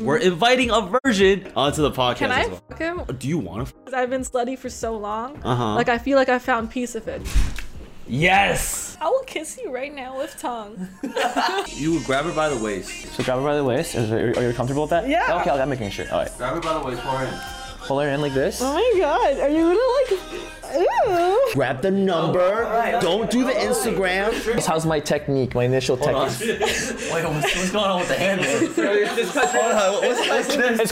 we're inviting a virgin onto the podcast Can I as well. fuck him? Do you want to? 'Cause I've been slutty for so long. Uh-huh. Like I feel like I found peace of it. Yes. I will kiss you right now with tongue. You would grab her by the waist. So grab her by the waist. Is, are, you- are you comfortable with that? Yeah. Okay, I'm making sure. All right. Grab her by the waist. Pull her in. Pull her in like this. Oh my god, are you gonna like? Ooh. Grab the number. Don't do the Instagram. How's my technique? My initial technique. Wait, what's, what's going on with the hand? it's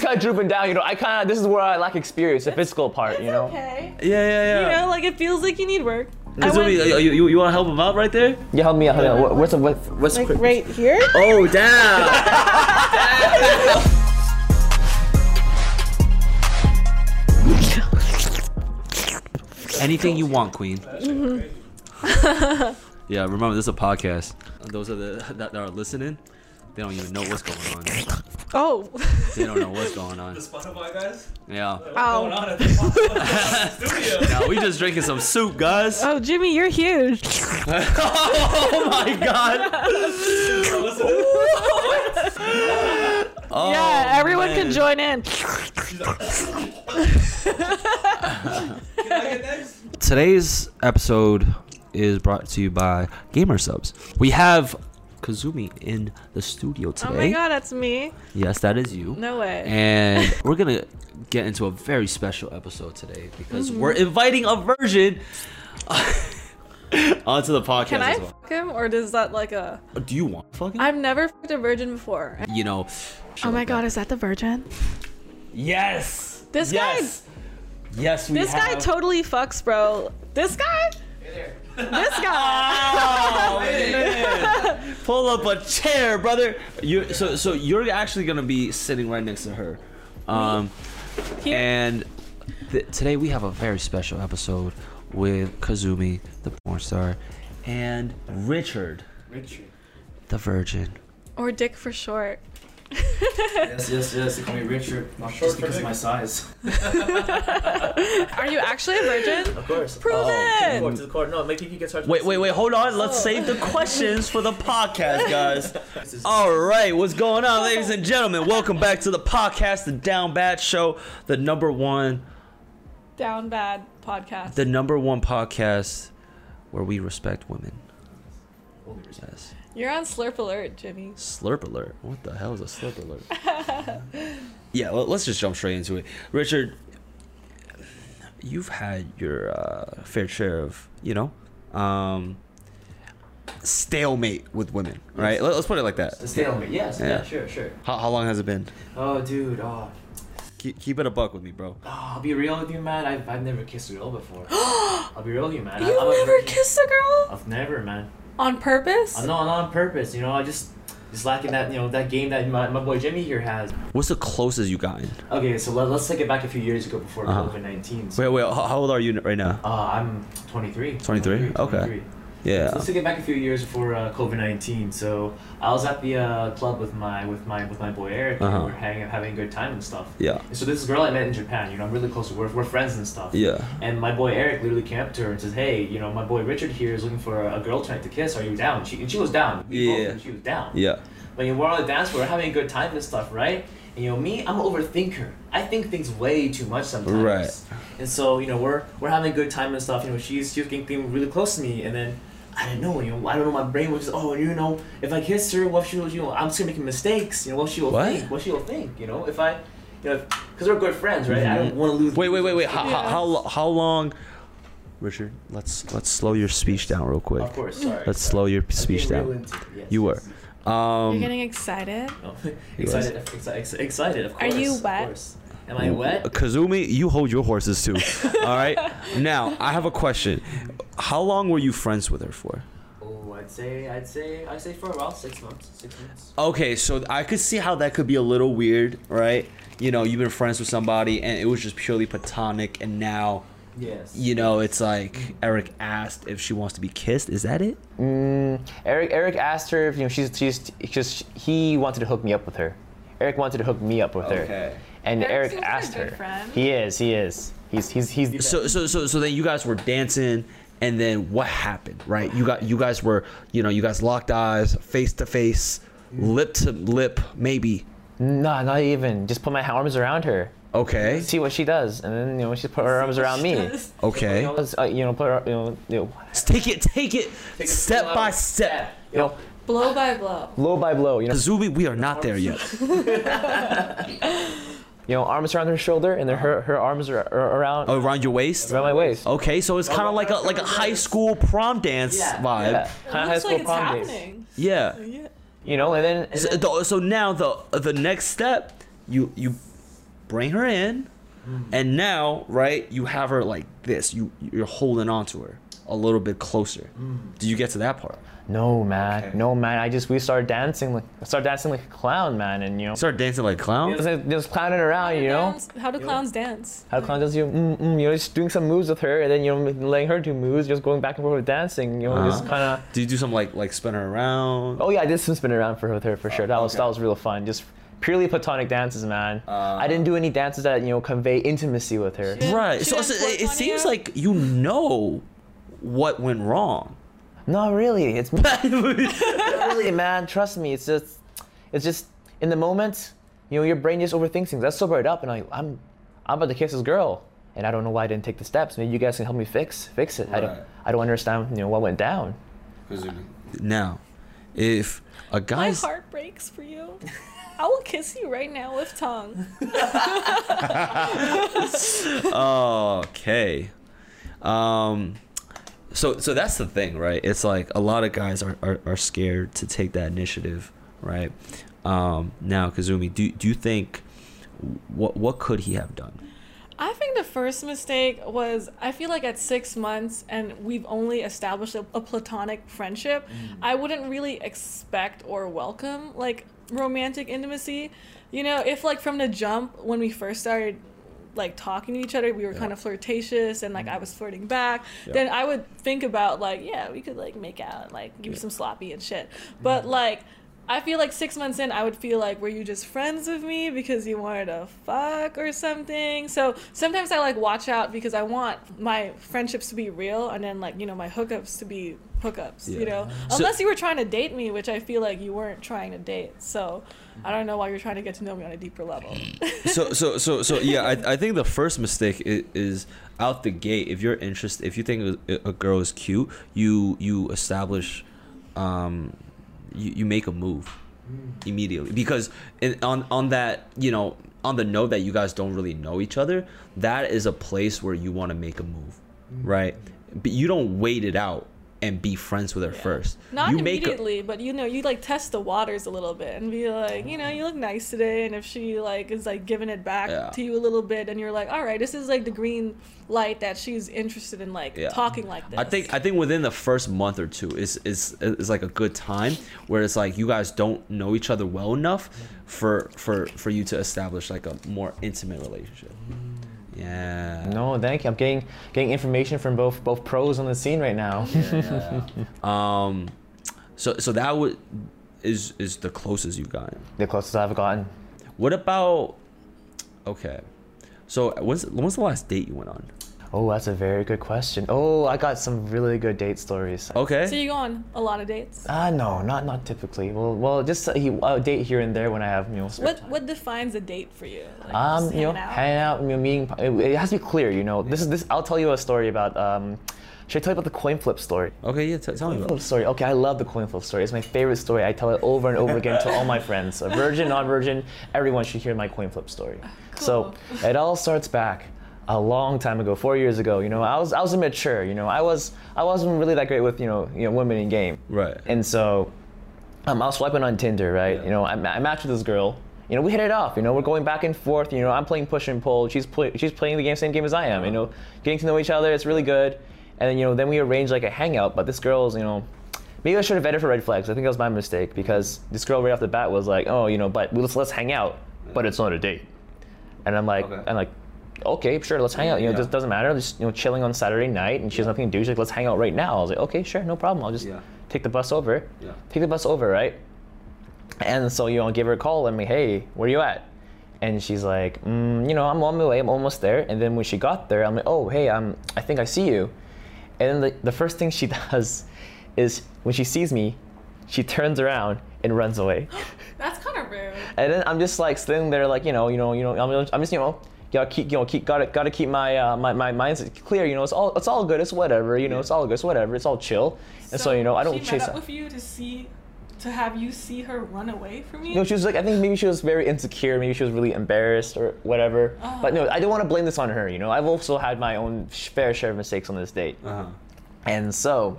kind of drooping down. You know, I kind of. This is where I lack experience, the physical part. You know. Okay. Yeah, yeah, You yeah. know, like it feels like you need work. I Zoe, went- you, you, want to help him out right there? Yeah, help me out. Help me out. What- What's the what, what's Like quick- right here? Oh, damn. Anything you want, Queen. Mm-hmm. yeah, remember this is a podcast. Those are the that are listening. They don't even know what's going on. Oh. They don't know what's going on. Spotify guys? Yeah. Ow. Not at the podcast studio. Now we just drinking some soup, guys. Oh, Jimmy, you're huge. oh my god. Listen to this. Oh, yeah, everyone man. can join in. Can I get next? Today's episode is brought to you by Gamer Subs. We have Kazumi in the studio today. Oh my god, that's me. Yes, that is you. No way. And we're gonna get into a very special episode today because Mm. we're inviting a virgin onto the podcast Can I as well. fuck him or does that like a Do you want fucking? I've never fucked a virgin before. you know. Oh my god, is that the virgin? Yes. This guy- yes. guy. Yes, we This guy have- totally fucks, bro. This guy? This Oh, guy. man. Pull up a chair, brother. You so so you're actually gonna be sitting right next to her, um, Here. and th- today we have a very special episode with Kazumi, the porn star, and Richard, Richard. the virgin. or Dick for short. Yes, yes, yes. They call me Richard, not Short just for because big. of my size. Are you actually a virgin? Of course. Prove Oh, To the it. court, to the court. No, make Kiki get started. Wait, wait, wait. Hold on. Let's save the questions for the podcast, guys. All right, what's going on, ladies and gentlemen? Welcome back to the podcast, the Down Bat Show, the number one Down bad podcast. the number one podcast where we respect women. Yes. You're on slurp alert, Jimmy. Slurp alert. What the hell is a slurp alert? yeah, well, let's just jump straight into it. Richard, you've had your uh, fair share of, you know, um, stalemate with women, right? Let, us put it like that. The stalemate. Yes. Yeah. Yeah. Sure. Sure. How, how long has it been? Oh, dude. Oh, Keep, keep it a buck with me, bro. oh, I'll be real with you, man. I've, I've never kissed a girl before. I'll be real with you, man. I- You I'm a never virgin. kissed a girl I've never, man. on purpose? I'm not, not on purpose. You know, I just just lacking that you know that game that my, my boy Jimmy here has. What's the closest you gotten? Okay, so let, let's take it back a few years ago before Uh-huh. COVID nineteen. So, Wait, wait, how, how old are you right now? uh, I'm 23. 23? Okay. So Yeah. let's take it back a few years before uh, COVID nineteen. So I was at the uh, club with my with my with my boy Eric. and Uh-huh. We were hanging, out, having a good time and stuff. Yeah. So this girl I met in Japan, you know, I'm really close. to We're, we're friends and stuff. Yeah. And my boy Eric literally came up to her and says, "Hey, you know, my boy Richard here is looking for a, a girl tonight to kiss. Are you down?" She and she was down. We both Yeah. knew she was down. Yeah. But you know, we're on the dance floor, we're having a good time and stuff, right? And you know, me, I'm an overthinker. I think things way too much sometimes. Right. And so you know, we're we're having a good time and stuff. You know, she's she was getting really close to me, and then. I don't know, you know, I don't know, my brain was just, oh, you know, if I kiss her, what if she'll, you know, I'm just gonna make mistakes, you know, what she'll What? think, what she'll think, you know, if I, you know, because we're good friends, right? I don't wanna lose. Mm-hmm. Wait, wait, wait, wait. How, Yeah. how, how, how long, Richard? Let's let's slow your speech down real quick. Of course, sorry. Let's slow your I'm being speech real down. into it, yes, You were. yes. You're Um, getting excited? No. was. excited, exci- ex- excited, of Are course. you of wet? course. Am I wet? Kazumi, you hold your horses too. All right. Now I have a question. How long were you friends with her for? Oh, I'd say, I'd say, I'd say for a while, six months, six months. Okay, so I could see how that could be a little weird, right? You know, you've been friends with somebody, and it was just purely platonic, and now. Yes. You know, it's like Eric asked if she wants to be kissed. Is that it? Eric Eric asked her if you know she's she's because he wanted to hook me up with her. Eric wanted to hook me up with her. Okay. And Eric Eric, seems like a asked good her. friend. He is. He is. He's he's he's. so so so so then you guys were dancing and then what happened right you got you guys were you know you guys locked eyes face to face lip to lip maybe Nah, not even. Just put my arms around her. Okay. See what she does, and then you know she put her arms around me. Okay. You know, let's, uh, you know, put her, you know, you know, Take it, take it, step by step. you know, Blow by blow. blow by blow. You know, Zubi, we are not there yet. you know, arms around her shoulder, and then Uh-huh. her her arms are, are around Around your waist. around my waist. Okay, so Oh, it's kind of like a like a high school prom dance Yeah. vibe. Yeah. Yeah. High looks school like it's prom dates. happening. You know, and then, and So, then- the- so now the the next step, you you bring her in, Hmm. and now right you have her like this. You you're holding on to her a little bit closer. Hmm. Do you get to that part? no man, Okay. no man. I just we started dancing like I started dancing like a clown, man, and you know, Start dancing like a clown. just, like, just clowning around. You know, Clowns- How do clowns dance? how clown does you? Mm, mm, you know, just doing some moves with her, and then you know, letting her do moves, just going back and forth with dancing. You know, just Uh-huh. kind of. Do you do something like like spin her around? Oh yeah, I did some spin around for with her for sure. That was okay. that was real fun. Just purely platonic dances, man. I didn't do any dances that you know convey intimacy with her. Yeah. Right. She So, didn't so work it, it on seems you? like you know what went wrong. Not really. It's not really, man. Trust me. It's just, it's just in the moment. You know, your brain just overthinks things. I sober it up, and I, I'm, I'm about to kiss this girl, and I don't know why I didn't take the steps. Maybe you guys can help me fix fix it. I don't, Right. I don't understand. You know what went down. Now, if a My guy's heart breaks for you. I will kiss you right now with tongue. okay, um, so so that's the thing, right? It's like a lot of guys are are, are scared to take that initiative, right? Um, now, Kazumi, do do you think what what could he have done? I think the first mistake was I feel like at six months and we've only established a, a platonic friendship, I wouldn't really expect or welcome like romantic intimacy. You know, if like from the jump when we first started like talking to each other, we were kind of flirtatious and Mm-hmm. like I was flirting back, then I would think about like, yeah, we could like make out and like give you some sloppy and shit. Mm-hmm. But like I feel like six months in, I would feel like, were you just friends with me because you wanted to fuck or something? So sometimes I like watch out because I want my friendships to be real and then like, you know, my hookups to be hookups, you Yeah. know? So- Unless you were trying to date me, which I feel like you weren't trying to date. So I Mm-hmm. don't know why you're trying to get to know me on a deeper level. so so so so yeah I, I think the first mistake is, is out the gate if you're interested if you think a, a girl is cute you you establish um you, you make a move immediately because in, on on that you know on the note that you guys don't really know each other that is a place where you want to make a move right but you don't wait it out and be friends with her first Not you make a, immediately, but you know, you like test the waters a little bit and be like, you know, you look nice today. And if she like is like giving it back Yeah. to you a little bit, and you're like, all right, this is like the green light that she's interested in like Yeah. talking like this. I think I think within the first month or two is is is like a good time where it's like you guys don't know each other well enough for for for you to establish like a more intimate relationship. Yeah. No, thank you. I'm getting getting information from both both pros on the scene right now. Um. So so that would is is the closest you got. the closest I've gotten. What about? Okay. So when's when's the last date you went on? Oh, that's a very good question. Oh, I got some really good date stories. Okay. so. You go on a lot of dates. Ah, no, not not typically. Well, well, just a, a date here and there when I have you know. spare What time. what defines a date for you? Like, Um, just you know, hanging out? hanging out, you know, meeting. It, it has to be clear, you know. This is this. I'll tell you a story about. Um, should I tell you about the coin flip story? Okay. Yeah. T- tell me about. Coin Oh. flip it. story. Okay, I love the coin flip story. It's my favorite story. I tell it over and over again to all my friends, a virgin, non-virgin. Everyone should hear my coin flip story. Oh, So it all starts back a long time ago, four years ago. You know, I was I was immature. You know, I was I wasn't really that great with you know you know women in game. Right. And so um, I was swiping on Tinder, right? Yeah. You know, I, ma- I matched with this girl. You know, we hit it off. You know, we're going back and forth. You know, I'm playing push and pull. She's play, she's playing the game, same game as I am. You know, getting to know each other. It's really good. And then you know, then we arranged like a hangout. But this girl's, you know, maybe I should have vetted for red flags. I think that was my mistake because this girl right off the bat was like, oh, you know, but let's let's hang out. But it's not a date. And I'm like, Okay. I'm like, okay, sure, let's hang out. You know, Yeah. it just doesn't matter. Just you know, chilling on Saturday night, and she has nothing to do. She's like, let's hang out right now. I was like, okay, sure, no problem. I'll just Yeah. take the bus over. Yeah. Take the bus over, right? And so you know, I give her a call. I'm like, hey, where you at? And she's like, mm, you know, I'm on my way. I'm almost there. And then when she got there, I'm like, oh, hey, um, I think I see you. And then the, the first thing she does is when she sees me, she turns around and runs away. That's kind of rude. And then I'm just like sitting there, like you know, you know, you know, I'm just, I'm just you know. Gotta keep, you know, keep, gotta, gotta keep my, uh, my, my mind's clear. You know, it's all, it's all good. It's whatever. You know, it's all good. It's whatever. It's all chill. And so, you know, I don't she chase. met that. up with you to see, to have you see her run away from you. No, she was like, I think maybe she was very insecure. Maybe she was really embarrassed or whatever. But Oh. no, I don't want to blame this on her. You know, I've also had my own sh- fair share of mistakes on this date. Uh-huh. And so,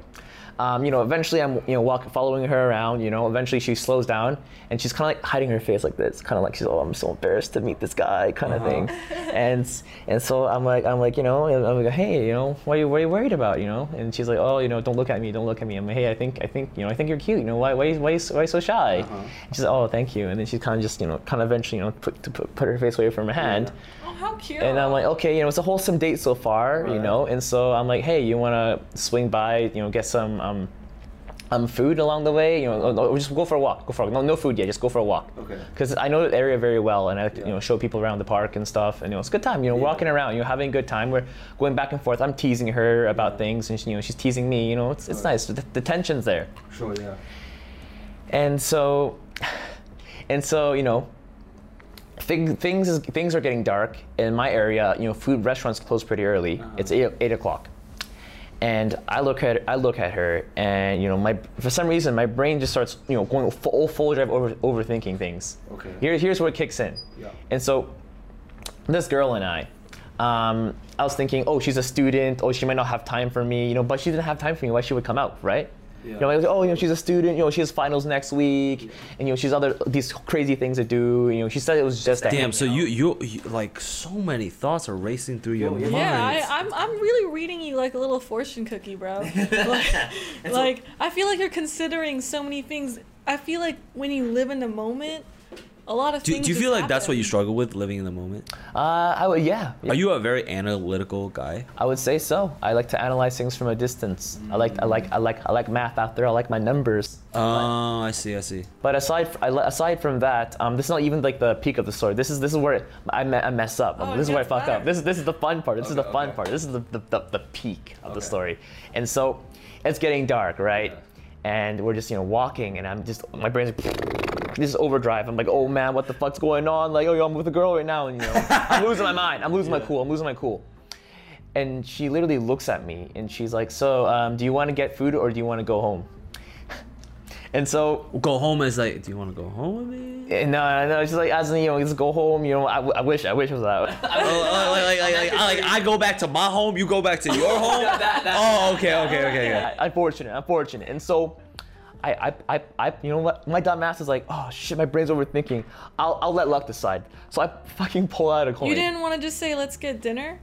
um, you know, eventually I'm, you know, walk, following her around. You know, eventually she slows down and she's kind of like hiding her face like this, kind of like she's, oh, I'm so embarrassed to meet this guy, kind of thing. And and so I'm like, I'm like, you know, and I'm like, hey, you know, what are you, what are you worried about, you know? And she's like, oh, you know, don't look at me, don't look at me. I'm like, hey, I think, I think, you know, I think you're cute. You know, why, why, why, you so- why you so shy? And she's like, oh, thank you. And then she kind of just, you know, kind of eventually, you know, put to put, put her face away from her hand. oh, how cute. And I'm like, okay, you know, it's a wholesome date so far, you know. And so I'm like, hey, you wanna swing by, you know, get some um, um food along the way, you know, or- or just go for a walk, go for a, no no food yet, just go for a walk. Okay. Because I know the area very well, and I you know show people around the park and stuff, and you know it's a good time, you know, walking around, you know, having a good time. We're going back and forth. I'm teasing her about things, and she, you know she's teasing me. You know, it's it's nice. The, the tension's there. Sure, yeah. And so, and so, you know, thing, things is, things are getting dark in my area. You know, food restaurants close pretty early. Uh-huh. It's eight, eight o'clock, and I look at I look at her, and you know, my for some reason my brain just starts you know going full full drive over overthinking things. Okay. Here, here's where it kicks in. Yeah. And so, this girl and I, um, I was thinking, oh, she's a student. Oh, she might not have time for me. You know, but she didn't have time for me. Why she would come out, right? You know, I was, oh, you know, she's a student. You know, she has finals next week, and you know, she's other these crazy things to do. You know, she said it was just a Damn. So hangout. you, you you like so many thoughts are racing through your Oh, yeah. mind. yeah, I, I'm, I'm really reading you like a little fortune cookie, bro. Like, like I feel like you're considering so many things. I feel like when you live in the moment, a lot of do, things. do you just feel like that's what you happen. struggle with living in the moment? Uh, I would, yeah, yeah. Are you a very analytical guy? I would say so. I like to analyze things from a distance. I like, I like, I like, I like math out there. I like my numbers. Oh, I see. I see. But aside f- I le- aside from that, um, this is not even like the peak of the story. This is this is where I, me- I mess up. Oh, it this is where I gets fuck better. up. This is this is the fun part. This is Okay, the fun okay. part. This is the the, the, the peak of the Okay. story. And so, it's getting dark, right? And we're just you know walking, and I'm just my brain's like, this is overdrive. I'm like, oh man, what the fuck's going on? Like, oh yo, I'm with a girl right now, and you know, I'm losing my mind. I'm losing my cool. I'm losing my cool. And she literally looks at me, and she's like, so um, do you want to get food or do you want to go home? and so Go home is like, do you want to go home with me? Eh, No, no, it's just like as in, you know, just go home. You know, I, w- I wish, I wish it was that. way. Oh, oh, like, like, like, like, like, I go back to my home, you go back to your home. oh, okay, okay, okay, okay. I- unfortunate, unfortunate. And so, I, I, I, I, you know what? My dumb ass is like, oh shit, my brain's overthinking. I'll, I'll let luck decide. So I fucking pull out a coin. You didn't want to just say, "Let's get dinner."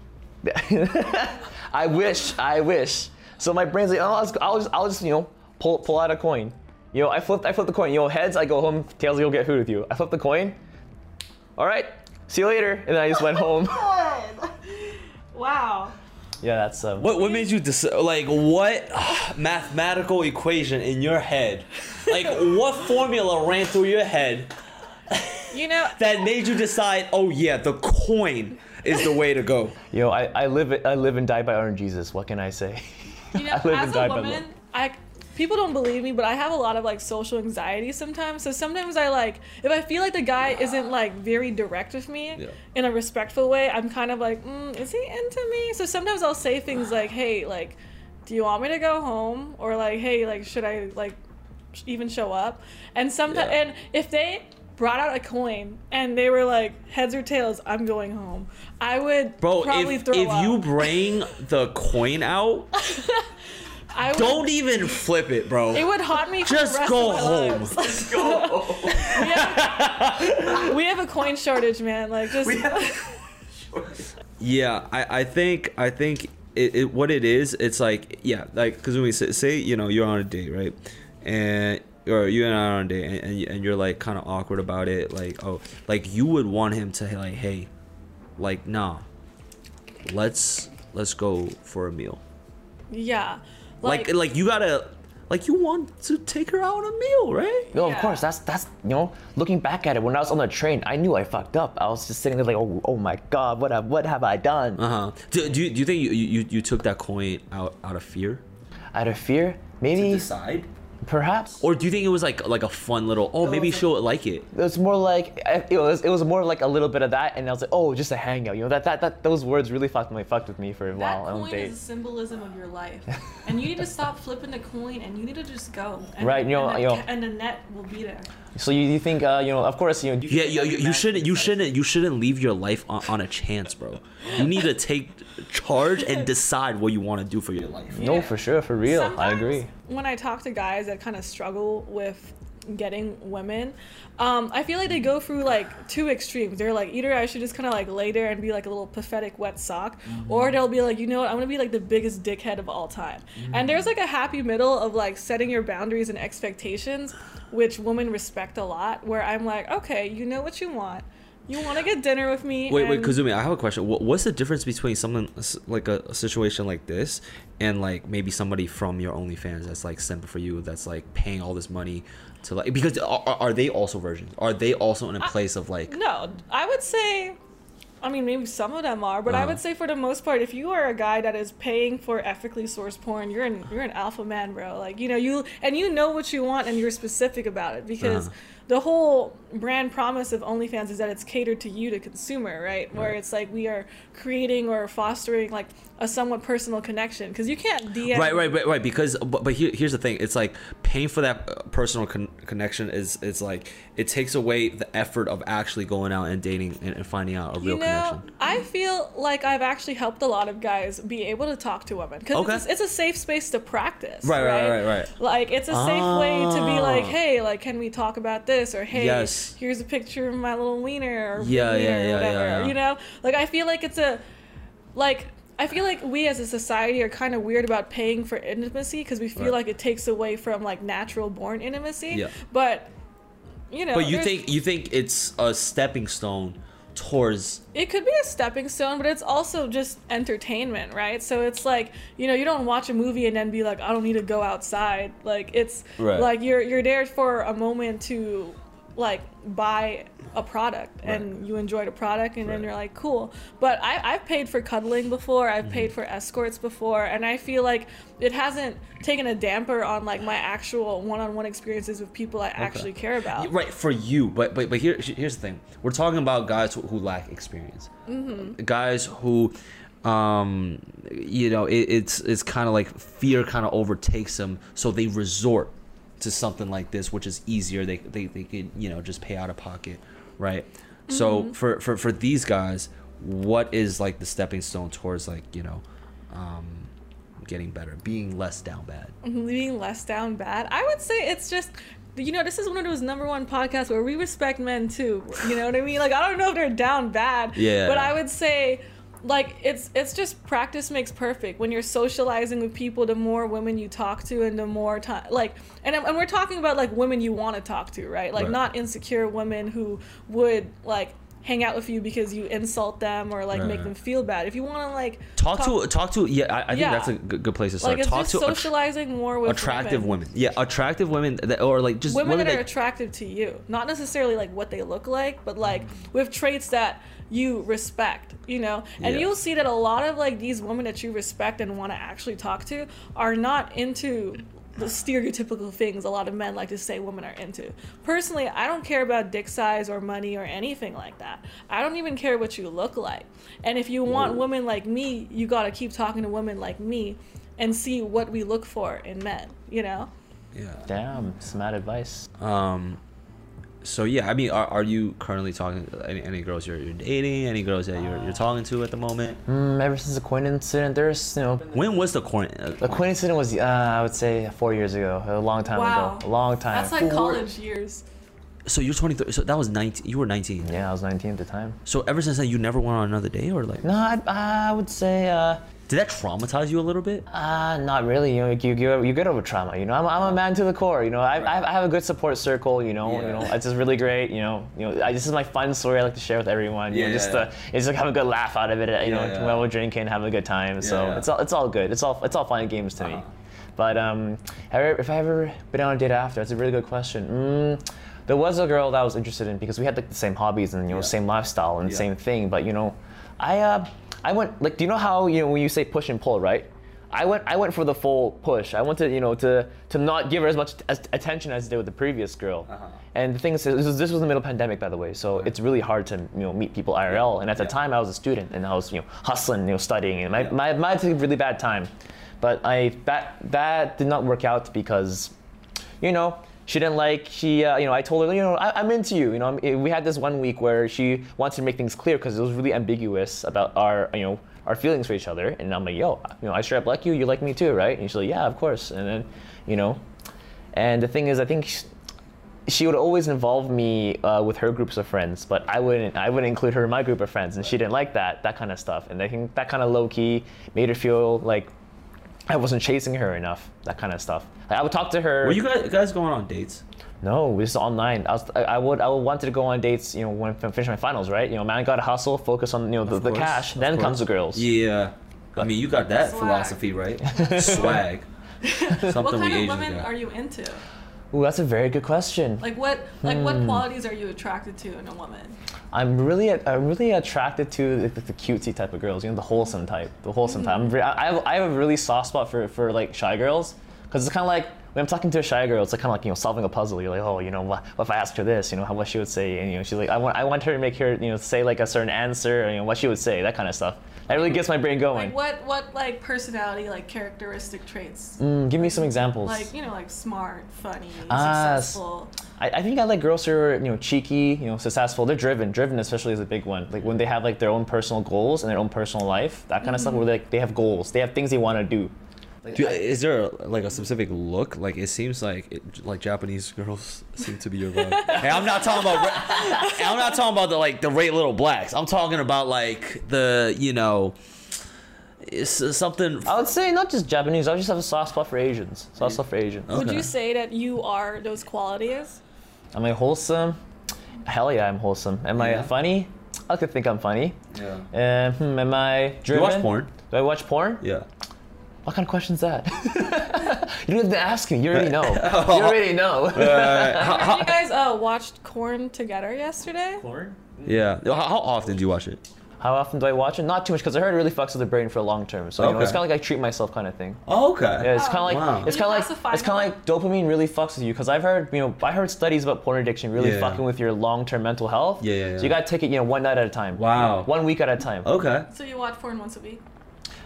I wish, I wish. So my brain's like, oh, I'll just, I'll just, I'll just you know, pull, pull out a coin. You know, I flipped, I flipped the coin. You know, heads, I go home. Tails, I go get food with you. I flipped the coin. All right, see you later. And I just went home. Wow. yeah, that's um. What what made you dis- like what mathematical equation in your head? Like what formula ran through your head You know, that made you decide, "Oh yeah, the coin is the way to go." You know, I, I live I live and die by our Jesus. What can I say? you know, I live and as die a by woman, I people don't believe me, but I have a lot of like social anxiety sometimes. So sometimes I like if I feel like the guy isn't like very direct with me Yeah. in a respectful way, I'm kind of like, mm, is he into me? So sometimes I'll say things like, hey, like, do you want me to go home? Or like, hey, like, should I like sh- even show up? And sometimes, Yeah. and if they brought out a coin and they were like heads or tails, I'm going home. I would Bro, probably if, throw if up. you bring the coin out, I would, don't even flip it, bro. It would haunt me. For Just the rest go of my home. lives. we, have, we have a coin shortage, man. Like just Yeah, I, I think I think it, it what it is. It's like yeah, like because when we say, say you know you're on a date, right? And or you and I are on a date, and, and, you- and you're like kind of awkward about it, like oh, like you would want him to like hey, like nah, let's let's go for a meal. yeah, Like like, you gotta like you want to take her out on a meal, right? No, Yeah. of course. That's that's you know. Looking back at it, when I was on the train, I knew I fucked up. I was just sitting there like, oh, oh my god, what have what have I done? Uh huh. Do, do you do you think you, you you took that coin out out of fear? Out of fear, maybe Decide. Perhaps. Or do you think it was like like a fun little? Oh, maybe she'll like it. It was more like I- it was, it was more like a little bit of that, and I was like, oh, just a hangout. You know that that, that those words really fucked me fucked with me for a That while on coin date. is a symbolism of your life, and you need to stop flipping the coin, and you need to just go. And, Right, you know- and, you the, know- and the net will be there. So you, you think uh, you know? Of course, you know. Yeah, you, you, you shouldn't you shouldn't you shouldn't leave your life on, on a chance, bro. You need to take charge and decide what you want to do for your life. No, for sure, for real, I Sometimes agree. When I talk to guys that kind of struggle with getting women, um, I feel like they go through like two extremes. They're like, either I should just kind of like lay there and be like a little pathetic wet sock, Mm-hmm. or they'll be like, you know what, I'm gonna be like the biggest dickhead of all time. Mm-hmm. And there's like a happy middle of like setting your boundaries and expectations, which women respect a lot. Where I'm like, okay, you know what you want. You want to get dinner with me? Wait, wait, and- Kazumi, I have a question. What, what's the difference between something s- like a, a situation like this and like maybe somebody from your OnlyFans that's like sent for you that's like paying all this money to like because are, are are they also virgins? Are they also in a place of like No, I would say, I mean, maybe some of them are, but I Uh-huh. would say for the most part, if you are a guy that is paying for ethically sourced porn, you're an you're an alpha man, bro. Like you know you and you know what you want, and you're specific about it because. Uh-huh. The whole brand promise of OnlyFans is that it's catered to you, the consumer, right? Where Right. it's like we are creating or fostering like a somewhat personal connection because you can't DM. Right, right, right, right. Because, but, but here, here's the thing. It's like paying for that uh, personal con- connection is, it's like it takes away the effort of actually going out and dating and, and finding out a real you know, connection. I feel like I've actually helped a lot of guys be able to talk to women because Okay. it's, it's a safe space to practice. Right, right, right, right. Like it's a safe way to be like, Ah. hey, like can we talk about this or hey, Yes. here's a picture of my little wiener or Yeah, wiener yeah, or yeah, whatever. yeah, yeah. You know, like I feel like it's a like. I feel like we as a society are kind of weird about paying for intimacy because we feel Right. like it takes away from like natural born intimacy. Yeah. But you know, But you there's- think you think it's a stepping stone towards it could be a stepping stone, but it's also just entertainment, right? So it's like you know you don't watch a movie and then be like I don't need to go outside. Like it's Right. like you're you're there for a moment to like buy a product and you enjoy the product and then Right. you're like cool but I, i've paid for cuddling before i've paid Mm-hmm. for escorts before and i feel like it hasn't taken a damper on like my actual one-on-one experiences with people i actually care about right for you. But but but here, here's the thing. We're talking about guys who, who lack experience. Mm-hmm. Guys who. Um, you know, it, it's it's kind of like fear kind of overtakes them, so they resort to something like this, which is easier. They they, they could you know just pay out of pocket, right? Mm-hmm. So for, for for these guys, what is like the stepping stone towards like you know, um, getting better, being less down bad? Mm, being less down bad. I would say it's just you know, this is one of those number one podcasts where we respect men too. You know what I mean? Like I don't know if they're down bad. Yeah. But I would say like it's it's just practice makes perfect. When you're socializing with people, the more women you talk to and the more time like and I'm- and we're talking about like women you want to talk to, right? Like Right. not insecure women who would like hang out with you because you insult them or like Right, make right. them feel bad. If you want to like Talk, to talk to yeah, I, I think Yeah. that's a good, good place to start. like it's talk just to a- socializing more with attractive women. Yeah, attractive women that or like just women, women, that are that, attractive to you not necessarily like what they look like but like with traits that you respect you know and Yeah. you'll see that a lot of like these women that you respect and want to actually talk to are not into the stereotypical things a lot of men like to say women are into personally i don't care about dick size or money or anything like that i don't even care what you look like and if you want women like me you got to keep talking to women like me and see what we look for in men you know yeah. Damn, smart advice. Um so yeah, I mean are, are you currently talking any, any girls you're, you're dating, any girls that you're, you're talking to at the moment? Mm, ever since the coin incident, there's you know When was the coin the coin incident was uh, I would say four years ago, a long time Wow. ago, a long time. That's like college years. So you're 23 so that was 19 you were 19. yeah, I was 19 at the time. So ever since then you never went on another date or like No, I, I would say uh, did that traumatize you a little bit? Uh, not really. You know, you, you, you get over trauma. You know, I'm, I'm a man to the core. You know, I, I, have, I have a good support circle. You know, you Yeah. know, it's just really great. You know, you know, I, this is my fun story. I like to share with everyone. You know, Yeah, just yeah, to, just like have a good laugh out of it. You know, Yeah, yeah. while we're drinking, have a good time. so yeah. Uh-huh. it's all it's all good. It's all it's all fun and games to me. But um, have I- if I ever been on a date after, that's a really good question. Mm, there was a girl that I was interested in because we had like the same hobbies and you know Yeah. same lifestyle and Yeah. same thing. But you know, I uh, I went like, do you know how you know when you say push and pull, right? I went I went for the full push. I wanted you know to to not give her as much as attention as I did with the previous girl. Uh-huh. And the thing is, this was, this was in the middle of pandemic, by the way, so it's really hard to you know meet people IRL. And at the Yeah. time, I was a student and I was you know hustling, you know studying, and my my, my had a really bad time. But I that that did not work out because you know, she didn't like, she, uh, you know, I told her, you know, I, I'm into you. You know, I'm, we had this one week where she wanted to make things clear because it was really ambiguous about our, you know, our feelings for each other. And I'm like, yo, you know, I straight up like you, you like me too, right? And she's like, yeah, of course. And then, you know, and the thing is, I think she, she would always involve me uh, with her groups of friends, but I wouldn't. I wouldn't include her in my group of friends, and she didn't like that. That kind of stuff, and I think that kind of low key made her feel like I wasn't chasing her enough. That kind of stuff. Like, I would talk to her. Were you guys, guys going on dates? No, this is online. I, was, I, I would I would wanted to go on dates, you know, when I finish my finals, right? You know, man, got to hustle, focus on you know the, Of the course, cash, of then course. comes the girls. Yeah. I mean, you got that Swag. philosophy, right? Swag. Something What kind we of Asians women got. are you into? Ooh, that's a very good question. Like what like what Hmm. qualities are you attracted to in a woman? I'm really I'm really attracted to the, the, cutesy type of girls, you know, the wholesome type, the wholesome type. Mm. I'm re- I, I have, I have a really soft spot for, for like shy girls because it's kind of like when I'm talking to a shy girl, it's like kind of like you know solving a puzzle. You're like, oh, you know, what, what if I asked her this? You know, how what she would say? And you know, she's like, I want I want her to make her you know say like a certain answer, and, you know, what she would say, that kind of stuff. That really gets my brain going. Like what what like personality like characteristic traits? Mm, give me some examples. Like you know like smart, funny, Ah, s- successful. I, I think I like girls who are you know cheeky, you know successful. They're driven. Driven especially is a big one. Like when they have like their own personal goals and their own personal life, that kind of Mm-hmm. stuff. Where like they have goals, they have things they want to do. Do, is there like a specific look? Like it seems like it, like Japanese girls seem to be your vibe. and I'm not talking about ra- and I'm not talking about the like the rate little blacks. I'm talking about like the you know it's uh, something. I would say not just Japanese. I just have a soft spot for Asians. Soft spot for Asians. Okay. Would you say that you are those qualities? Am I wholesome? Hell yeah, I'm wholesome. Am I Yeah. funny? I could think I'm funny. Yeah. Um, hmm, am I Do you driven? watch porn? Do I watch porn? Yeah. What kind of question is that? you don't have to ask me. You already know. You already know. Uh, Have you guys uh, watched Corn together yesterday? Porn? yeah. How, how often do you watch it? How often do I watch it? Not too much, because I heard it really fucks with the brain for long term. So you know, Okay. it's kind of like I treat myself kind of thing. Oh, okay. Yeah, it's kind of like Wow. it's You kind of classify like it's kind of like dopamine really fucks with you. Because I've heard you know I heard studies about porn addiction really Yeah. fucking with your long term mental health. Yeah, yeah, yeah. So you gotta take it you know one night at a time. Wow. Oh. One week at a time. Okay. So you watch porn once a week?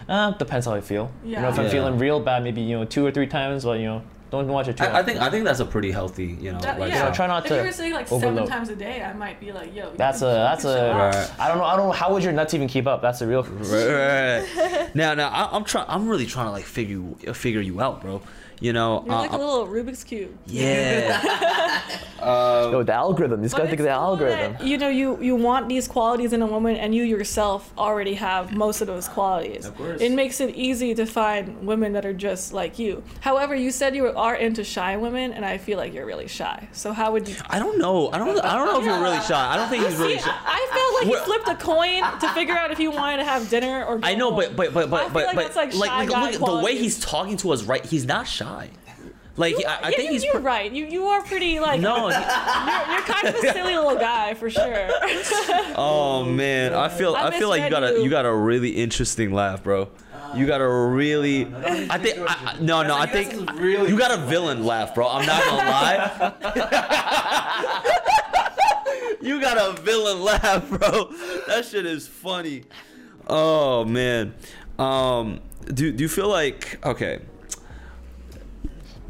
Uh, depends how I feel. You know if I'm Yeah. feeling real bad, maybe you know two or three times. But you know don't watch it too. I, I often. think I think that's a pretty healthy you know. uh, That- lifestyle. yeah. Oh, try not if to you were saying like seven overload. times a day, I might be like, yo. you That's a can- you that's can chill out. Right. a I don't know I don't know how would your nuts even keep up. That's a real. Right, right, right. now, now I, I'm trying. I'm really trying to like figure you- figure you out, bro. You know, You're uh, like a I'm- little Rubik's cube. yeah. Yo, the algorithm. You just But gotta think of it's the cool that, algorithm. you know, you you want these qualities in a woman, and you yourself already have most of those qualities. Of course. It makes it easy to find women that are just like you. However, you said you are into shy women, and I feel like you're really shy. So how would you? I don't know. I don't. I don't know if you're really shy. I don't think he's really See, shy. I I felt like Well- he flipped a coin to figure out if he wanted to have dinner or. go I know, but home. but but I but feel but like but that's, like, shy look guy at the way qualities. he's talking to us. Right, he's not shy. Like You- I, I yeah, think you, he's you're pr- right. You you are pretty like no. he- You're, you're kind of a silly little guy for sure. oh man, I feel I I, feel like you misread got a you. you got a really interesting laugh, bro. You got a really. I think I, I- no no I That's- think that's really you got a villain laugh, bro. I'm not gonna lie. you got a villain laugh, bro. That shit is funny. Oh man. Um do do you feel like okay.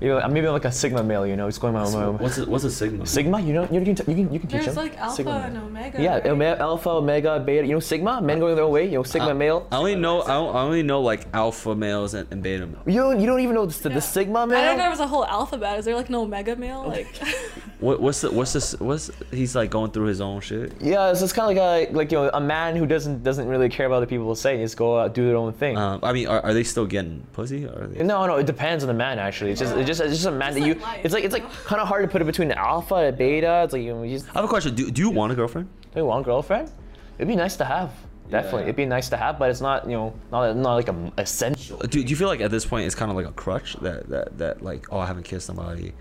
Maybe, maybe I'm like a sigma male. You know, it's going my own. What's a, what's a sigma? Sigma, you know, you can you can you can teach There's them. like alpha sigma. and omega. Yeah, right? ome- alpha, omega, beta. You know, sigma, men going their own way. You know, Ah. sigma male. I only know I I only know like alpha males and, and beta males. You don't, you don't even know the, Yeah. the sigma I don't know if male. there's a whole alphabet. Is there like an omega male? Like What, what's the what's this what's he's like going through his own shit? Yeah, so it's kind of like a like you know a man who doesn't doesn't really care about what people say. Just go out do their own thing. Um, I mean, are, are they still getting pussy? Or are they? no, no, it depends on the man. Actually, it's just it's just it's just a man that like you. life, it's like it's you like know? kind of hard to put it between alpha and beta. It's like you, know, you just I have a question. Do, do you want a girlfriend? Hey, one girlfriend? It'd be nice to have. Definitely, Yeah. it'd be nice to have, but it's not you know not not like a essential. Uh, Do, do you feel like at this point it's kind of like a crutch that that that like oh I haven't kissed somebody?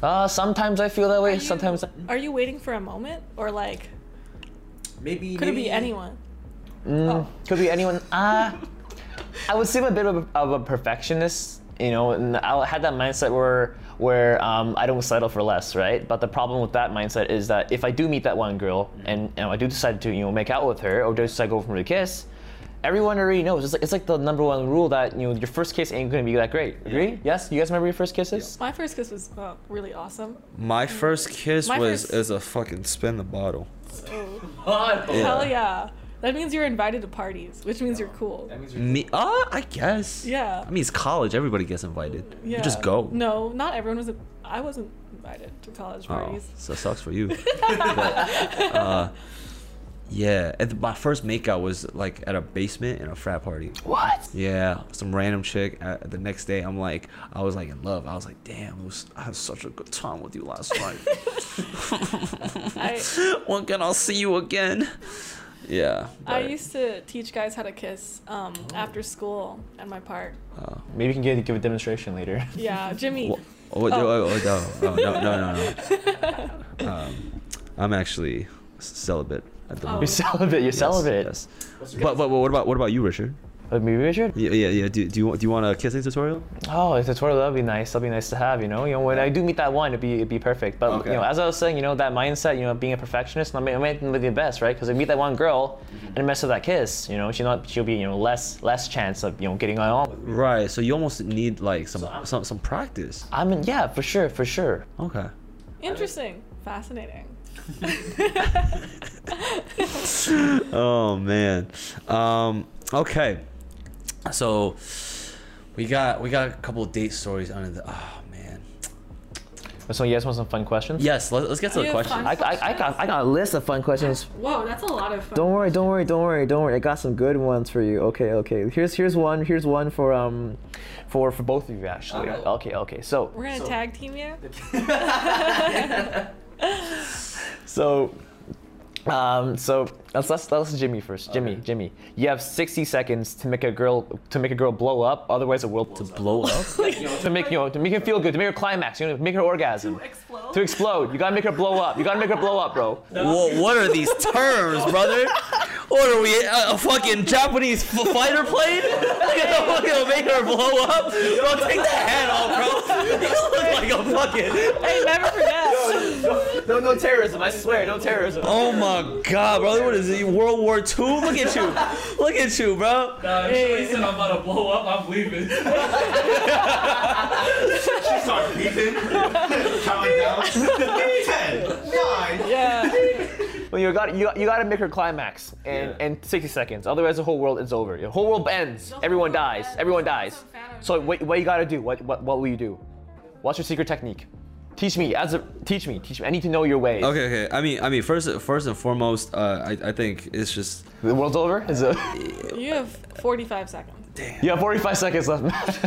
Uh, sometimes I feel that way. are you- sometimes Are you waiting for a moment or like Maybe could it maybe- be anyone? could be anyone. Ah, I would say I'm a bit of a, of a perfectionist, you know, and I had that mindset where where um, I don't settle for less, right? But the problem with that mindset is that if I do meet that one girl Mm-hmm. and, and I do decide to you know make out with her or just decide to go for a kiss, everyone already knows. It's like, it's like the number one rule that you know your first kiss ain't gonna be that great. Agree? Yes. You guys remember your first kisses? My first kiss was uh, really awesome. My first kiss My was first- as a fucking spin the bottle. Oh, Hell yeah. That means you're invited to parties, which means you're cool. That means you're Me? Uh, I guess. Yeah. I mean, it's college. Everybody gets invited. Yeah. You just go. No, not everyone was. I wasn't invited to college Oh, parties. so sucks for you. But, uh, yeah, and my first makeout was like at a basement in a frat party. What? Yeah, some random chick. Uh, the next day, I'm like, I was like in love. I was like, damn, it was, I had such a good time with you last night. I when can I see you again? Yeah. I but, used to teach guys how to kiss um, Oh. after school at my park. uh, Maybe you can give, give a demonstration later. Yeah, Jimmy. Wha- Oh, no, Oh. oh, oh, no, oh, no, no, no, no. Um, I'm actually celibate at the Oh. moment. You're celibate. You're Yes, celibate. Yes. But, but but what about what about you, Richard? Uh, maybe we should. Yeah, yeah, yeah. Do, do you want do you want a kissing tutorial? Oh, it's a tutorial. That'd be nice. That'd be nice to have. You know, you know, when I do meet that one, it'd be it'd be perfect. But Okay. you know, as I was saying, you know, that mindset, you know, being a perfectionist, I mean, I might not be the best, right? Because I meet that one girl and I mess up that kiss. You know, she not she'll be you know less less chance of you know getting on. with me. Right. So you almost need like some I'm- some some practice. I mean, yeah, for sure, for sure. Okay. Interesting. Fascinating. Oh man. Um. Okay. So we got we got a couple of date stories under the. Oh man. So you guys want some fun questions? Yes. Let, let's get to You the have question. fun- I, I, I got I got a list of fun questions. Whoa, that's a lot of fun. Don't worry, don't worry, don't worry, don't worry. I got some good ones for you. Okay, okay. Here's here's one. Here's one for um, for for both of you actually. Uh-oh. Okay, okay. So We're gonna So- tag team you. So, um, so let's let's let's Jimmy first. Jimmy, Jimmy, you have 60 seconds to make a girl to make a girl blow up. Otherwise, the world to blow up. to make you know, to make her feel good, to make her climax, you know, make her orgasm, Explode. to explode. You gotta make her blow up. You gotta make her blow up, bro. Wha- what are these terms, brother? What are we, a, a fucking Japanese f- fighter plane? You're gonna make her blow up? Bro, take the hat off, bro. You look like a fucking. I never forget. No, no terrorism. I swear, no terrorism. Oh my god, brother. What is it? World War II? Look at you. Look at you, bro. Nah, if somebody said I'm about to blow up, I'm leaving. She started beeping, counting down. Ten, nine. yeah. Well, you got you, you gotta make her climax in, in 60 seconds. Otherwise, the whole world is over. The whole world ends. whole Everyone world dies. ends. Everyone That's dies. so fat on So you. what, what you gotta do? What, what what will you do? What's your secret technique? Teach me as a teach me teach me. I need to know your way. Okay, okay. I mean, I mean, first, first and foremost, uh, I, I think it's just The world's over. Is it? You have 45 seconds. you have 45 seconds left.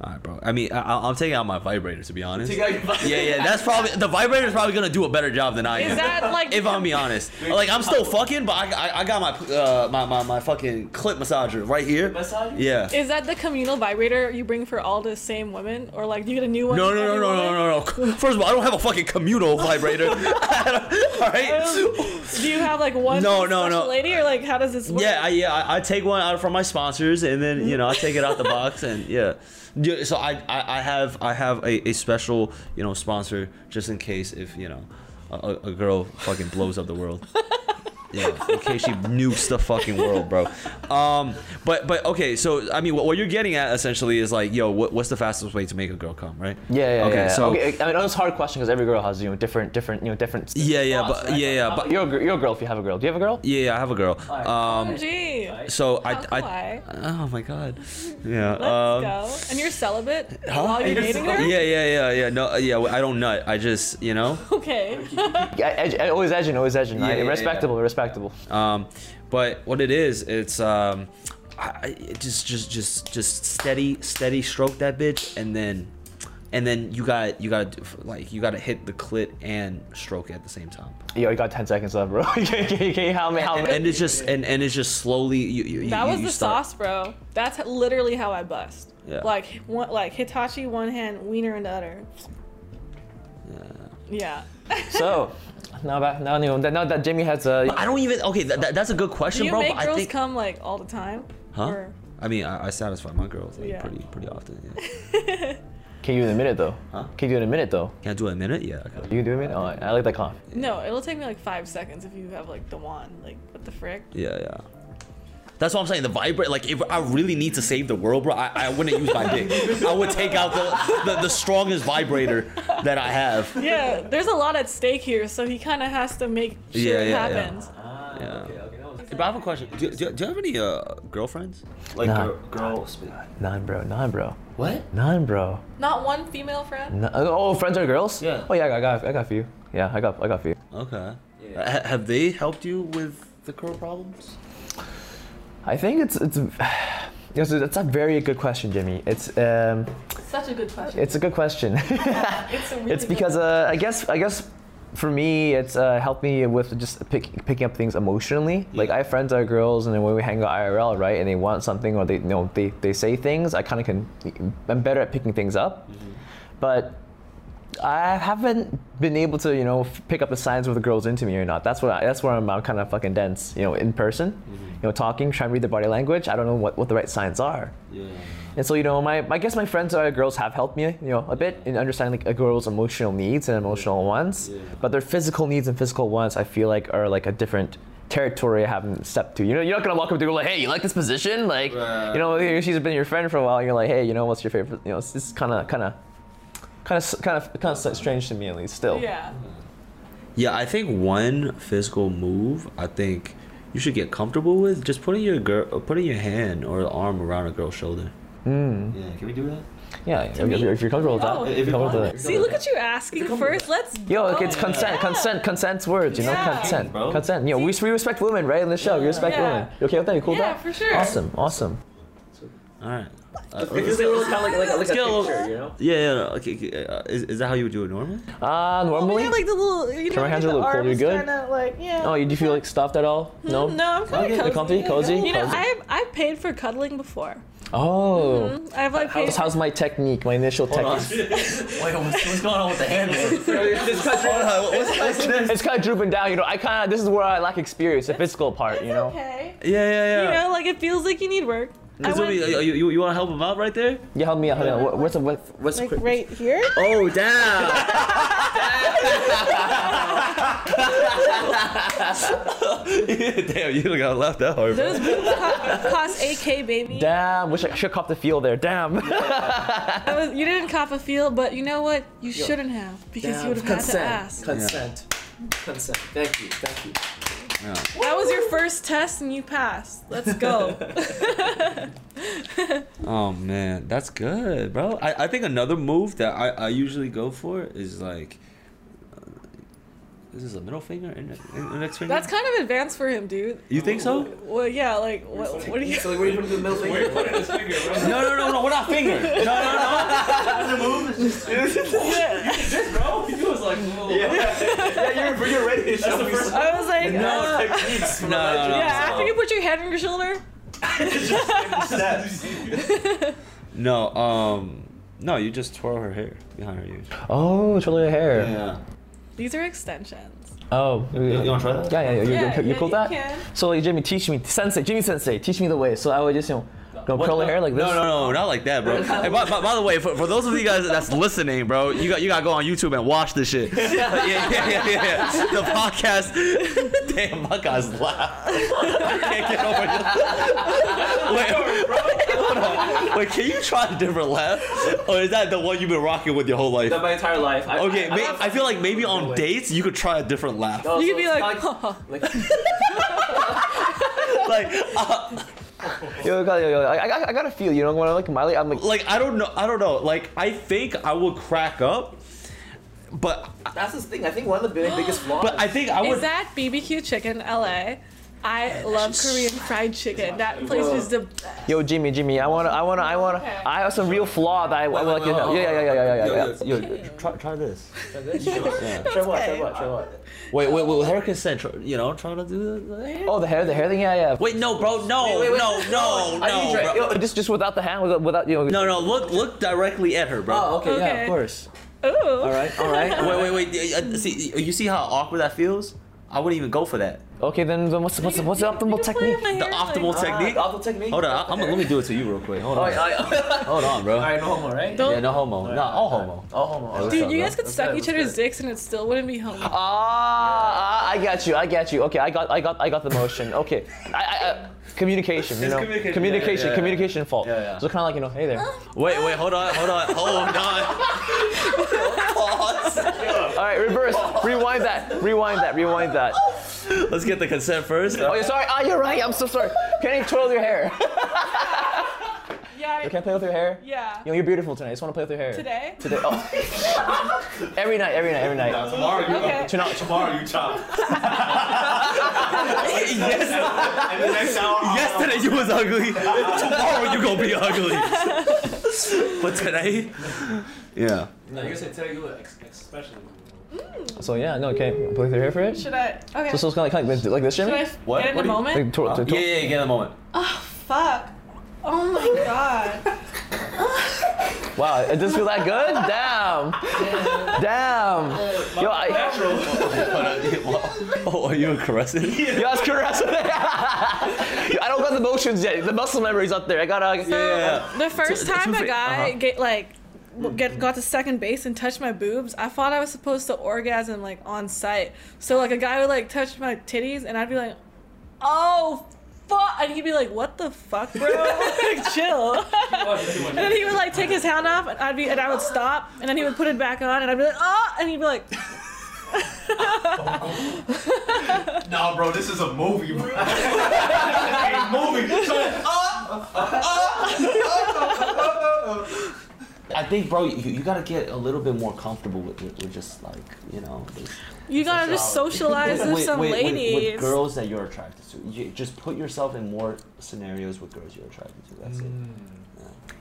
All right, bro. I mean, I, I'll- I'm taking out my vibrator to be honest. Take out your vibrator. Yeah, yeah. That's probably the vibrator's probably gonna do a better job than I am. Is that like? If I'm be honest, like I'm still fucking, but I, I, I got my, uh, my my my fucking clip massager right here. Massage? Yeah. Is that the communal vibrator you bring for all the same women, or like do you get a new one? No, for no, no, every no, woman? no, no, no. First of all, I don't have a fucking communal vibrator. All right. Do you have like one No, special no, no. lady, or like how does this work? Yeah, I, yeah. I, I take one out from my sponsors, and then you know I take it out the box, and yeah. Yeah, So I, I, I have I have a, a special you know sponsor just in case if you know a, a a girl fucking blows up the world. Yeah, in case she nukes the fucking world, bro. Um, but but okay, so I mean, what, what you're getting at essentially is like, yo, what, what's the fastest way to make a girl come, right? yeah, yeah. Okay, yeah. so okay, I mean, it's a hard question because every girl has you know different different you know different. yeah, yeah, thoughts, but right? yeah, yeah, How about but you're a, gir- you're a girl if you have a girl. Do you have a girl? yeah, yeah, I have a girl. Alright. Um, Gee. so I, How I, oh my god, yeah. Let's um, go. And you're celibate Huh? while you're You're dating her? Yeah, yeah, yeah, yeah. No, yeah. I don't nut. I just, you know. Okay. Yeah, edge, always edging, always edging. Yeah, right? yeah, yeah. respectable, respectable. Um, but what it is, it's um, I, I- it just, just, just, just steady, steady stroke that bitch, and then, and then you got, you got, like, you got to hit the clit and stroke it at the same time. Yo, you got 10 seconds left, bro. can, can, can you help me? Help me? And it's just, and and it's just slowly. You, you, That you, was you the start- sauce, bro. That's h- literally how I bust. Yeah. Like one, like Hitachi one hand, wiener in the other. Yeah. So, now that now you know that now that Jimmy has uh, a I don't even. Okay, that, that, that's a good Do question, you bro. make but I girls think. come like all the time? huh? Or- I mean, I, I satisfy my girls like Yeah. pretty pretty often. Yeah. can you do it in a minute though? Huh? Can you do it in a minute though? Can I do it in a minute? Yeah. I can. You can do it in a minute. Oh, I I like that cough. No, it'll take me like five seconds if you have like the wand. Like what the frick? Yeah, yeah. That's what I'm saying. The vibrate, like, if I really need to save the world, bro, I, I wouldn't use my dick. I would take out the, the, the strongest vibrator that I have. Yeah, there's a lot at stake here, so he kind of has to make sure Yeah, it yeah, yeah. happens. Ah, Yeah. okay, okay. That was But I have a question. Do, do, do you have any uh, girlfriends? Like, Nah. gir- girls. None, bro. None, bro. What? None, bro. Not one female friend. None. Oh, friends are girls? Yeah. Oh yeah, I got I got a few. Yeah, I got I got a few. Okay. Yeah. Uh, ha- have they helped you with the girl problems? I think it's it's. Yes, that's a very good question, Jimmy. It's um, Such a good question. it's a good question. It's, a really it's good- because uh, I guess I guess for me it's uh, helped me with just pick, picking up things emotionally. Like I have friends that are girls, and then when we hang out IRL, right, and they want something or they you know they, they say things, I kind of can I'm better at picking things up, Mm-hmm. but. I haven't been able to, you know, f- pick up the signs whether the girls into me or not. That's what I, that's where I'm, I'm kind of fucking dense, you know, in person, Mm-hmm. you know, talking, trying to read the body language. I don't know what, what the right signs are. Yeah. And so, you know, my I guess my friends that are girls have helped me, you know, a bit in understanding like a girl's emotional needs and emotional wants. Yeah. But their physical needs and physical wants, I feel like are like a different territory I haven't stepped to. You know, you're not gonna walk up to her like, hey, you like this position? Like, Right. you know, here she's been your friend for a while. And you're like, hey, you know, what's your favorite? You know, it's just kind of, kind of, kind of, kind of, kind of strange to me at least. Still, yeah. Yeah, I think one physical move I think you should get comfortable with just putting your girl, uh, putting your hand or arm around a girl's shoulder. Mm. Yeah, can we do that? yeah. If you're, if you're comfortable with that, Oh. If you comfortable want with that. See, look at you asking first. Let's Yo, go. okay, it's consent, consent, consent's words, you know, Oh, Yeah. consent, Bro. consent. Yo, we, we respect women, right? In the show, we respect Yeah. women. You okay with that? You cool with Yeah, that? for sure. Awesome, awesome. All right. Because they were kind of like, like, like a get a little- picture, you know? Yeah, yeah. no, Okay, okay, uh, is, is that how you would do it normally? Ah, Oh, We normally. have, like the little, you know, my like, hands the a little cold, arms you good? Kinda, like, yeah. oh, you, do you feel like stuffed at all? No. Mm, No, I'm kind Okay, of comfy, cozy, You know, cozy. I've I've paid for cuddling before. Oh. I've like paid. How's, how's my technique? My initial technique. Wait, what's, what's going on with the hand? It's kind of drooping down. You know, I kind of. This is where I lack experience, the physical part. You know. okay. Yeah, yeah, You yeah. know, like it feels like you need work. I Kazumi, went, you, you, want to help him out right there? You help me out. Help me out. What- What's the what? What's like right here. Oh, damn. damn, you don't got left that hard. bro. Those boots co- cost 8k, baby. Damn. Wish I should cop the feel there. Damn. That was, you didn't cop a feel, but you know what? You shouldn't have because you would have had to ask. Consent. Consent. Thank you. Thank you. That was your first test and you passed. Let's go. Oh man, that's good, bro. I, I think another move that I, I usually go for is like, uh, is this a middle finger, in- in- index finger? That's kind of advanced for him, dude. you think so? Well, yeah, like what? What do you? So like, where you put the middle Wait, finger? put it in his finger, bro. No, no, no, no. We're not finger. No, no, no. This, bro, he was like, whoa. yeah, you're, you're ready to show the me first- some I was like, uh, techniques. No, no, no. yeah. After you put your head on your shoulder, No, um, no. You just twirl her hair behind her ears. Oh, twirling your hair. these are extensions. Oh. You want to try that? Yeah, yeah, yeah. You, Yeah, you, you yeah, cool with you that? can. So, like, Jimmy, teach me, sensei, Jimmy sensei, teach me the way. So I would just, you know, you know, What? curl her hair like this. No, no, no, not like that, bro. Hey, by, by, by the way, for, for those of you guys that's listening, bro, you got you got to go on YouTube and watch this shit. yeah, yeah, yeah, yeah. The podcast. Damn, my guy's laugh. I can't get over it. Wait, hold on. Wait, can you try a different laugh, or is that the one you've been rocking with your whole life? my entire life. I, Okay, may, I feel like maybe on dates you could try a different laugh. Oh, You so could be it's like, not like, Like, uh, Yo, yo, yo, yo, I, I, I gotta feel, you know, when I look at Miley, I'm like, like I don't know, I don't know. Like, I think I would crack up, but that's the thing. I think one of the big, biggest flaws. but I think I would. is that BBQ chicken LA? I love Korean fried chicken. That place is the best. yo, Jimmy, Jimmy, I wanna, I wanna, I wanna, I have some real flaw that I, I would like you to know. Yeah, yeah, yeah, yeah, yeah, yeah. yeah. Yo, try, try this. try what? Try what? Try what? Wait, wait, wait. Hair consent. tr- You know, trying to do the- the hair. Oh, the hair, the hair thing, yeah, yeah. Wait, no, bro. No, wait, wait. no, no, I need no, to try- bro. Yo, just, just without the hand, without, without you know. Uh, no, no. Look, look directly at her, bro. Oh, okay. Okay. Yeah, of course. Ooh. All right, all right. all Wait, right. wait, wait. uh, See, you see how awkward that feels? I wouldn't even go for that. Okay, then, then what's what's what's the optimal technique? Uh, The optimal technique. Ah, the technique. Hold on, I'm, let me do it to you real quick. Hold on, hold on, bro. All right, no homo, right? Don't- Yeah, no homo. No, all homo. Oh, homo. Dude, up, you bro? guys could What's suck good? each What's other's good? dicks and it still wouldn't be homo. Ah, I got you. I got you. Okay, I got, I got, I got the motion. Okay, I, I, I communication. You It's know, communication, yeah, communication, yeah, yeah. communication fault. Yeah, yeah. So kind of like you know, hey there. Wait, wait, hold on, hold on, hold on. Pause. All right, reverse. rewind that. Rewind that. Rewind that. Let's get the consent first. Oh, you're sorry. Ah, you're right. I'm so sorry. Can I twirl your hair? Yeah. I- Can I play with your hair? yeah. Yo, you're beautiful tonight. I just want to play with your hair. Today? Today. Oh. every night. Every night. Every night. Tomorrow you Okay. Tonight. tomorrow you chop. yes, And the next hour I'll- yesterday you was ugly. Tomorrow you gonna be ugly. but today, yeah. No, you're saying tell you Especially. So yeah, no. Okay. Play with your hair for it. Should I? Okay. So so it's kind of like, like this- like this, Jimmy. Should I What? get What do in a you- moment? Like, twirl- twirl- yeah, yeah, yeah, get in a moment. Fuck. Oh my god. Wow, it does feel that good? Damn. Damn. Yo, I, oh, are you caressing? yo, that's caressing. Yo, I don't got the motions yet. The muscle memory's up there. I gotta. Yeah. The first So- time so a fa- guy uh-huh. Mm. get like w- get got to second base and touched my boobs, I thought I was supposed to orgasm like on site. So like a guy would like touch my titties and I'd be like, "Oh fuck," and he'd be like, "What the fuck, bro? like chill." and then he would like take his hand off and I'd be and I would stop and then he would put it back on and I'd be like, "Oh," and he'd be like. Nah, bro, this is a movie, bro. a movie. So, I think, bro, you, you gotta get a little bit more comfortable with, with, with just like you know. this- You gotta just socialize with, some ladies. With, girls that you're attracted to. You, just put yourself in more scenarios with girls you're attracted to. That's And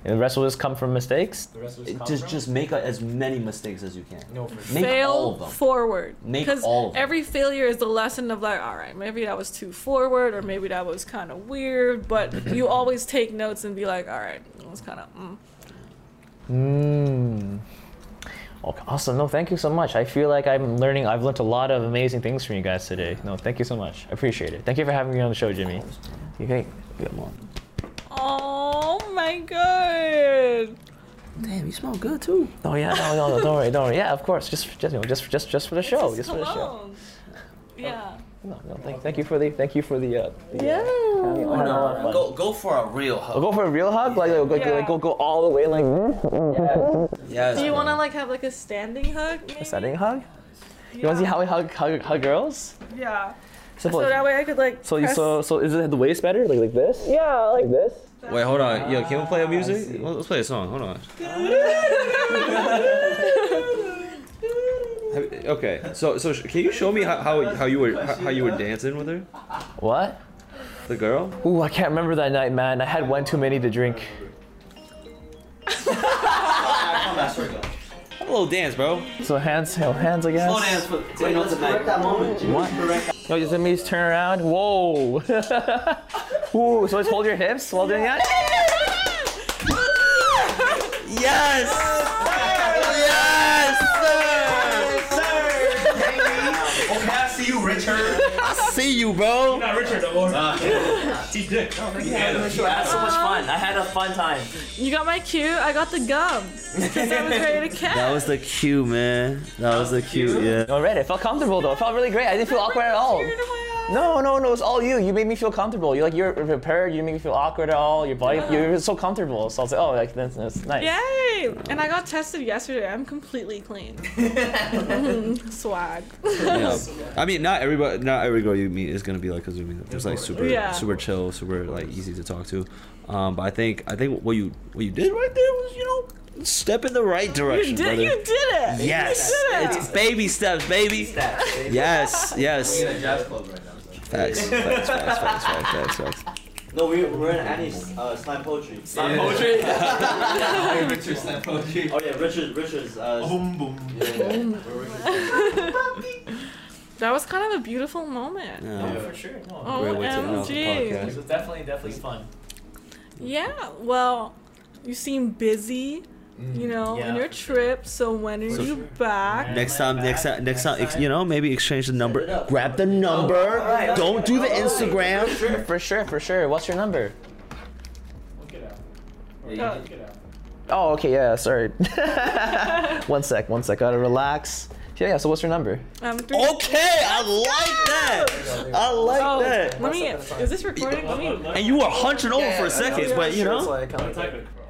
the rest will just come from mistakes. The rest of it. us it. Just just make a, as many mistakes as you can. no for sure. Make fail all of them. forward. Make Because all of them. every failure is the lesson of like, all right, maybe that was too forward, or maybe that was kind of weird. But you always take notes and be like, all right, it was kind of. Mm. Mm. Okay, awesome. No, thank you so much. I feel like I'm learning. I've learned a lot of amazing things from you guys today. No, thank you so much. I appreciate it. Thank you for having me on the show, Jimmy. Okay. Come on. Oh my god! Damn, you smell good too. Oh yeah. No, no, no. Don't worry. Don't worry. Yeah, of course. Just, just, you know, just, just, just for the show. It's his Just, for the show. cologne. Oh. Yeah. No, no. Thank, thank you for the, thank you for the. Uh, the Yeah. uh, having- having a lot of fun. Go go for a real I'll hug. go for a real hug, like, like, like, Yeah. like, go go all the way, like mm, Yes. Do you bro. want to like have like a standing hug? Maybe? setting hug. Yeah. You want to see how we hug hug, hug girls? Yeah. Simple. So that way I could like. so, you- press- so so is it the waist better, like like this? yeah, like this. Wait, hold on. Yo, can we play a I see. music? Let's play a song. Hold on. Have- Okay, so so sh- can you show me how how, how you were how, how you were dancing with her, What? the girl? Ooh, I can't remember that night, man. I had one too many to drink. Have a little dance, bro. So hands, you know, hands, I guess. Slow dance for 10 minutes a night. that moment. What? Yo, just let me just turn around. Whoa. Ooh, so just hold your hips while doing that. Yes! Yes! Sir! okay, I see you, Richard. I see you, bro. Not Richard, no more. T Dick. I had so much fun. I had a fun time. You got my cue. I got the gum. 'Cause I was ready to catch. That was the cue, man. That was the cue. Yeah. All right, it felt comfortable though. It felt really great. I didn't feel awkward at all. No, no, no. It's all you. You made me feel comfortable. You're like you're prepared. You didn't make me feel awkward at all. Your body, you're so comfortable. So I was like, oh, like that's, that's nice. Yay! And I got tested yesterday. I'm completely clean. Mhm, Swag. yeah. I mean, not everybody, not every girl you meet is gonna be like Kazumi. It's like super, Yeah. super chill, super like easy to talk to. Um, but I think, I think what you what you did right there was, you know, step in the right direction, You did, brother. you did it! Yes, You did it! it's baby steps, baby. Yes, yes. a jazz club right now. Facts, facts, facts, facts, facts, facts, facts. No, we, we're in Annie's uh, slam poetry. Slam poetry. Richard slam poetry. Oh yeah, Richard, Richard's. Oh, Uh, Boom, boom. yeah, yeah, yeah. We're Richard's- That was kind of a beautiful moment. Yeah. for sure. Oh. No. Great way to end off the OMG. It podcast. was definitely, definitely fun. Yeah, well, you seem busy. you know, yeah. on your trip. So when are So- you back? Yeah. Next time, next time, next time, ex- you know, maybe exchange the Set it number. up. Grab the number. Don't do the Instagram. For sure, for sure. What's your number? Look it out. Uh, Look it out. Oh, okay, yeah, sorry. one sec, one sec. Gotta relax. Yeah, yeah, so what's your number? um, three- Okay, I like that. I Oh, like let that. me. Is this recording? Let me. And you were hunching over for a second, but you know. like,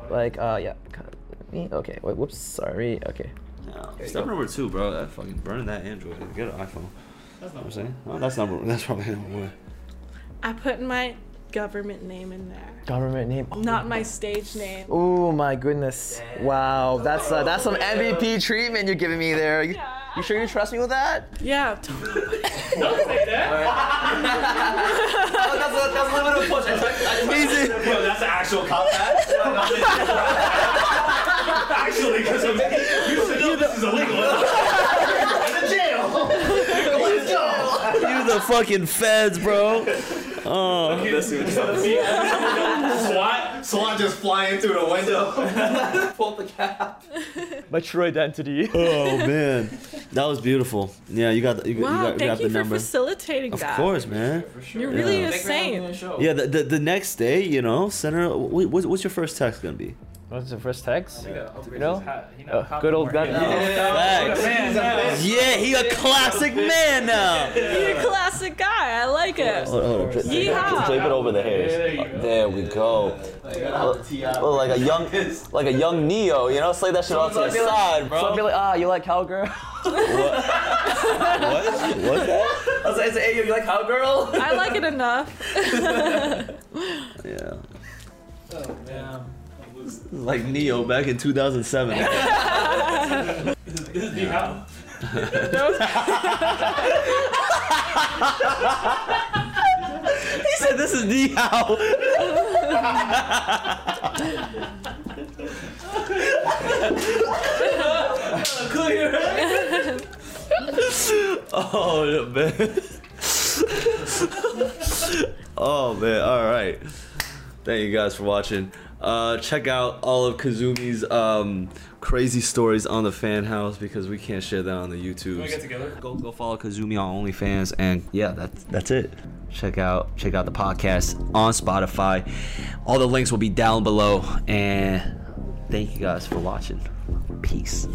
like, uh, yeah. kind of- me? Okay, wait, whoops, sorry. Okay. Yeah, Step number two, bro. That fucking burn that Android. Get an iPhone. That's what I'm saying. Oh, that's number. That's probably number one. I put my government name in there, Government name. Oh, not my stage name. Oh my goodness. Wow, that's uh, that's some MVP treatment you're giving me there. You, you sure you trust me with that? Yeah. t- Oh, that's, a, that's a little bit of push. Easy. Yo, that's an actual cop act. Actually, because you said no, this is illegal. It's a jail. Let's go. You the fucking feds, bro. Oh, SWAT, SWAT just flying through the window. My true identity. oh man, that was beautiful. Yeah, you got the, you, Wow. got, you got thank the you for number. facilitating Of that. course, man. You're really Yeah. a saint. Yeah, the, the, the next day, you know, Senator, wh- what's, what's your first text gonna be? What's the first text? You know? Uh, good old gun. Facts. Yeah, he a classic man now. You're a classic guy. I like it. Hold on, hold on. Dra- Yeehaw. drape it over the hairs. There we go. Look like a young, like a young Neo, you know, slay that shit off to the side, So I'd be like, ah, you like cowgirl? What? What's that? I was like, hey, you like cowgirl? I like it enough. Yeah. Oh, Like Neo back in 2007. he said, "This is Oh, Neo." oh man. oh man. All right. Thank you guys for watching. Uh, check out all of Kazumi's um, crazy stories on the fan house because we can't share that on the YouTube. Go go follow Kazumi on OnlyFans and yeah, that's that's it. Check out check out the podcast on Spotify. All the links will be down below. And thank you guys for watching. Peace.